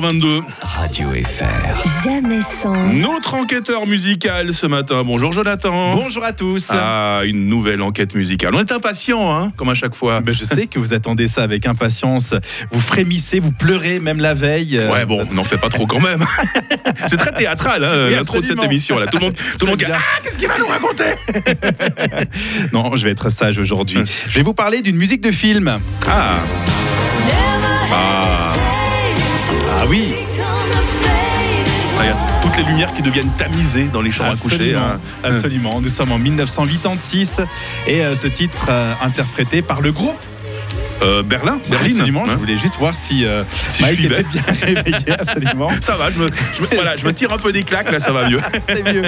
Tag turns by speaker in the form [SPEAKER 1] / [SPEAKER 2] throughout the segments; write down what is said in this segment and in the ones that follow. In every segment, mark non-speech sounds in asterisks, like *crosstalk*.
[SPEAKER 1] 22.
[SPEAKER 2] Radio FR.
[SPEAKER 3] Jamais sans.
[SPEAKER 1] Notre enquêteur musical ce matin. Bonjour Jonathan.
[SPEAKER 2] Bonjour à tous.
[SPEAKER 1] Ah, une nouvelle enquête musicale. On est impatient, hein, comme à chaque fois.
[SPEAKER 2] Ben, je sais que vous attendez ça avec impatience. Vous frémissez, vous pleurez même la veille.
[SPEAKER 1] Ouais, bon, n'en fait pas trop quand même. *laughs* C'est très théâtral, hein,
[SPEAKER 2] Oui,
[SPEAKER 1] l'intro de cette
[SPEAKER 2] absolument.
[SPEAKER 1] émission. Là. Tout le monde, tout le monde
[SPEAKER 2] J'aime
[SPEAKER 1] dit,
[SPEAKER 2] bien.
[SPEAKER 1] Ah, qu'est-ce qu'il va nous raconter
[SPEAKER 2] Non, je vais être sage aujourd'hui. Je vais vous parler d'une musique de film.
[SPEAKER 1] Ah, ah,
[SPEAKER 2] Ah oui.
[SPEAKER 1] Ah, il y a toutes les lumières qui deviennent tamisées dans les chambres à coucher.
[SPEAKER 2] Absolument,
[SPEAKER 1] hein.
[SPEAKER 2] absolument. Nous sommes en 1986 et euh, ce titre euh, interprété par le groupe.
[SPEAKER 1] Euh, Berlin, Berlin.
[SPEAKER 2] Absolument.
[SPEAKER 1] hein.
[SPEAKER 2] Je voulais juste voir si, euh,
[SPEAKER 1] Si je
[SPEAKER 2] Mike
[SPEAKER 1] suivais.
[SPEAKER 2] était bien réveillé.
[SPEAKER 1] *laughs*
[SPEAKER 2] Absolument.
[SPEAKER 1] Ça va, je me, je me- voilà, je me tire un peu des claques, là ça va
[SPEAKER 2] *laughs*
[SPEAKER 1] mieux.
[SPEAKER 2] C'est mieux.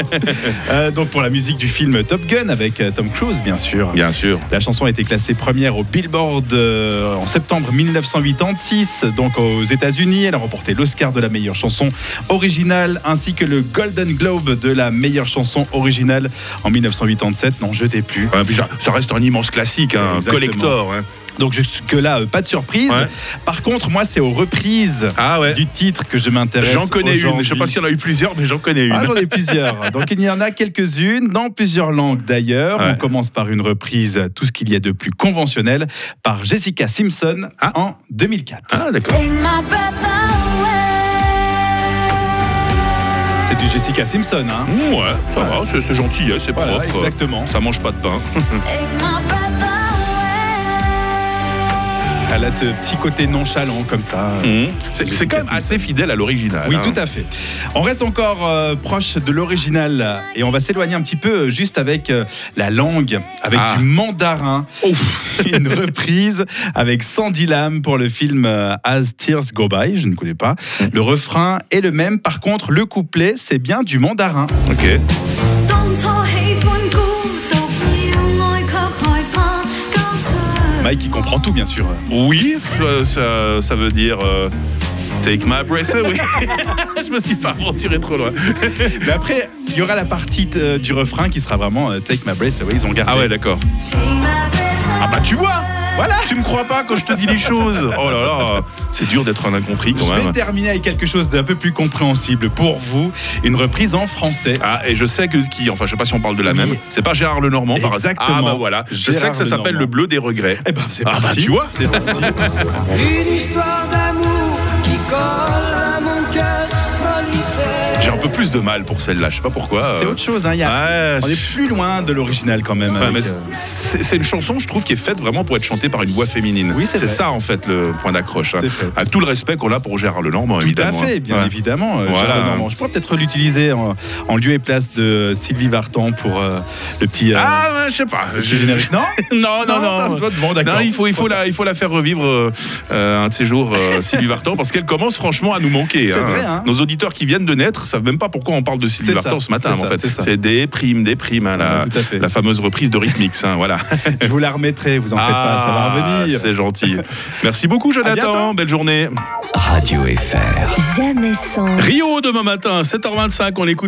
[SPEAKER 2] Euh, donc pour la musique du film Top Gun avec euh, Tom Cruise, bien sûr.
[SPEAKER 1] Bien sûr.
[SPEAKER 2] La chanson a été classée première au Billboard euh, en septembre 1986, donc aux États-Unis. Elle a remporté l'Oscar de la meilleure chanson originale ainsi que le Golden Globe de la meilleure chanson originale en 1987. Non, je t'ai plus.
[SPEAKER 1] Ouais, puis ça, ça reste un immense classique, hein,
[SPEAKER 2] Exactement.
[SPEAKER 1] collector. hein.
[SPEAKER 2] Donc jusque-là, euh, pas de surprise.
[SPEAKER 1] Ouais.
[SPEAKER 2] Par contre, moi, c'est aux reprises
[SPEAKER 1] Ah ouais.
[SPEAKER 2] du titre que je m'intéresse.
[SPEAKER 1] J'en connais une.
[SPEAKER 2] aujourd'hui.
[SPEAKER 1] Je sais pas s'il y en a eu plusieurs, mais j'en connais une.
[SPEAKER 2] Ah, j'en ai plusieurs. Donc il y en a quelques-unes, dans plusieurs langues d'ailleurs.
[SPEAKER 1] Ouais.
[SPEAKER 2] On commence par une reprise, tout ce qu'il y a de plus conventionnel, par Jessica Simpson hein,
[SPEAKER 1] Ah.
[SPEAKER 2] en 2004.
[SPEAKER 1] Ah, d'accord.
[SPEAKER 4] Take my breath away.
[SPEAKER 2] C'est du Jessica Simpson, hein
[SPEAKER 1] Mmh, ouais, ça va, c'est c'est gentil, hein, c'est
[SPEAKER 2] Voilà,
[SPEAKER 1] propre.
[SPEAKER 2] exactement.
[SPEAKER 1] Ça mange pas de pain.
[SPEAKER 4] Take my breath away.
[SPEAKER 2] Elle a ce petit côté nonchalant comme ça.
[SPEAKER 1] Mmh. C'est c'est quand même assez fidèle à l'original.
[SPEAKER 2] Oui,
[SPEAKER 1] hein.
[SPEAKER 2] tout à fait. On reste encore euh, proche de l'original et on va s'éloigner un petit peu euh, juste avec euh, la langue, avec
[SPEAKER 1] Ah.
[SPEAKER 2] du mandarin.
[SPEAKER 1] Ouf.
[SPEAKER 2] *laughs* une reprise avec Sandy Lam pour le film euh, As Tears Go By, je ne connais pas. Le refrain est le même, par contre, le couplet, c'est bien du mandarin.
[SPEAKER 1] Ok.
[SPEAKER 4] 当初喜欢孤独，獨要愛卻害怕交出。
[SPEAKER 2] Mike, il comprend tout, bien sûr.
[SPEAKER 1] Oui, euh, ça, ça veut dire. euh, Take my breath away. *laughs* Je me suis pas aventuré trop loin.
[SPEAKER 2] Mais après, il y aura la partie euh, du refrain qui sera vraiment euh, Take My Breath Away, ils ont gardé.
[SPEAKER 1] Ah ouais, d'accord.
[SPEAKER 4] Take my breath
[SPEAKER 1] Ah bah tu vois Voilà Tu me crois pas quand je te dis les choses Oh là là C'est dur d'être un incompris quand
[SPEAKER 2] Je vais
[SPEAKER 1] même.
[SPEAKER 2] terminer avec quelque chose d'un peu plus compréhensible pour vous, une reprise en français.
[SPEAKER 1] Ah, et je sais que qui, enfin je sais pas si on parle de la
[SPEAKER 2] Oui.
[SPEAKER 1] même, c'est pas Gérard Lenormand par hasard. Ah
[SPEAKER 2] Exactement.
[SPEAKER 1] bah voilà, je sais
[SPEAKER 2] Gérard
[SPEAKER 1] que ça s'appelle
[SPEAKER 2] Lenormand.
[SPEAKER 1] le bleu des regrets.
[SPEAKER 2] Eh ben, c'est
[SPEAKER 1] Ah bah
[SPEAKER 2] parti.
[SPEAKER 1] tu vois
[SPEAKER 2] C'est parti.
[SPEAKER 5] Une histoire d'amour qui colle à mon cœur solitaire.
[SPEAKER 1] J'ai un peu plus de mal pour celle-là, je sais pas pourquoi.
[SPEAKER 2] C'est
[SPEAKER 1] euh.
[SPEAKER 2] autre chose, hein, il y a-
[SPEAKER 1] Ouais,
[SPEAKER 2] on est plus loin de l'original quand même.
[SPEAKER 1] Ouais,
[SPEAKER 2] avec,
[SPEAKER 1] mais
[SPEAKER 2] euh,
[SPEAKER 1] c'est c'est une chanson, je trouve, qui est faite vraiment pour être chantée par une voix féminine.
[SPEAKER 2] Oui, c'est vrai.
[SPEAKER 1] ça, en fait, le point d'accroche. hein.
[SPEAKER 2] C'est vrai.
[SPEAKER 1] Avec tout le respect qu'on a pour Gérard Lenormand,
[SPEAKER 2] Tout à
[SPEAKER 1] évidemment.
[SPEAKER 2] fait,
[SPEAKER 1] hein.
[SPEAKER 2] bien
[SPEAKER 1] Ouais.
[SPEAKER 2] évidemment. euh,
[SPEAKER 1] Voilà.
[SPEAKER 2] Gérard Lenormand. Je pourrais peut-être l'utiliser en, en lieu et place de Sylvie Vartan pour euh, le petit. euh,
[SPEAKER 1] Ah, ouais, je sais pas.
[SPEAKER 2] le petit générique. Non
[SPEAKER 1] *laughs* Non, non, non.
[SPEAKER 2] toi, bon, d'accord.
[SPEAKER 1] Non, il faut, il faut la, il faut la faire revivre euh, euh, un de ces jours,
[SPEAKER 2] *laughs*
[SPEAKER 1] euh, Sylvie Vartan, parce qu'elle commence franchement à nous manquer.
[SPEAKER 2] C'est vrai, hein.
[SPEAKER 1] Nos auditeurs qui viennent de naître savent même pas pourquoi on parle de Sylvie
[SPEAKER 2] C'est
[SPEAKER 1] Vartan
[SPEAKER 2] ça,
[SPEAKER 1] ce matin,
[SPEAKER 2] c'est
[SPEAKER 1] en
[SPEAKER 2] ça,
[SPEAKER 1] fait.
[SPEAKER 2] c'est ça.
[SPEAKER 1] C'est des primes, des primes, hein, la,
[SPEAKER 2] Ouais, tout à fait.
[SPEAKER 1] la fameuse reprise de Rhythmix, hein, voilà.
[SPEAKER 2] *laughs* Je vous la remettrai, vous en faites pas, ça va
[SPEAKER 1] Ah,
[SPEAKER 2] revenir.
[SPEAKER 1] C'est gentil. Merci beaucoup, Jonathan.
[SPEAKER 2] bientôt.
[SPEAKER 1] Belle journée.
[SPEAKER 2] Radio FR.
[SPEAKER 3] Jamais sans.
[SPEAKER 1] Rio demain matin, 7h25, on écoute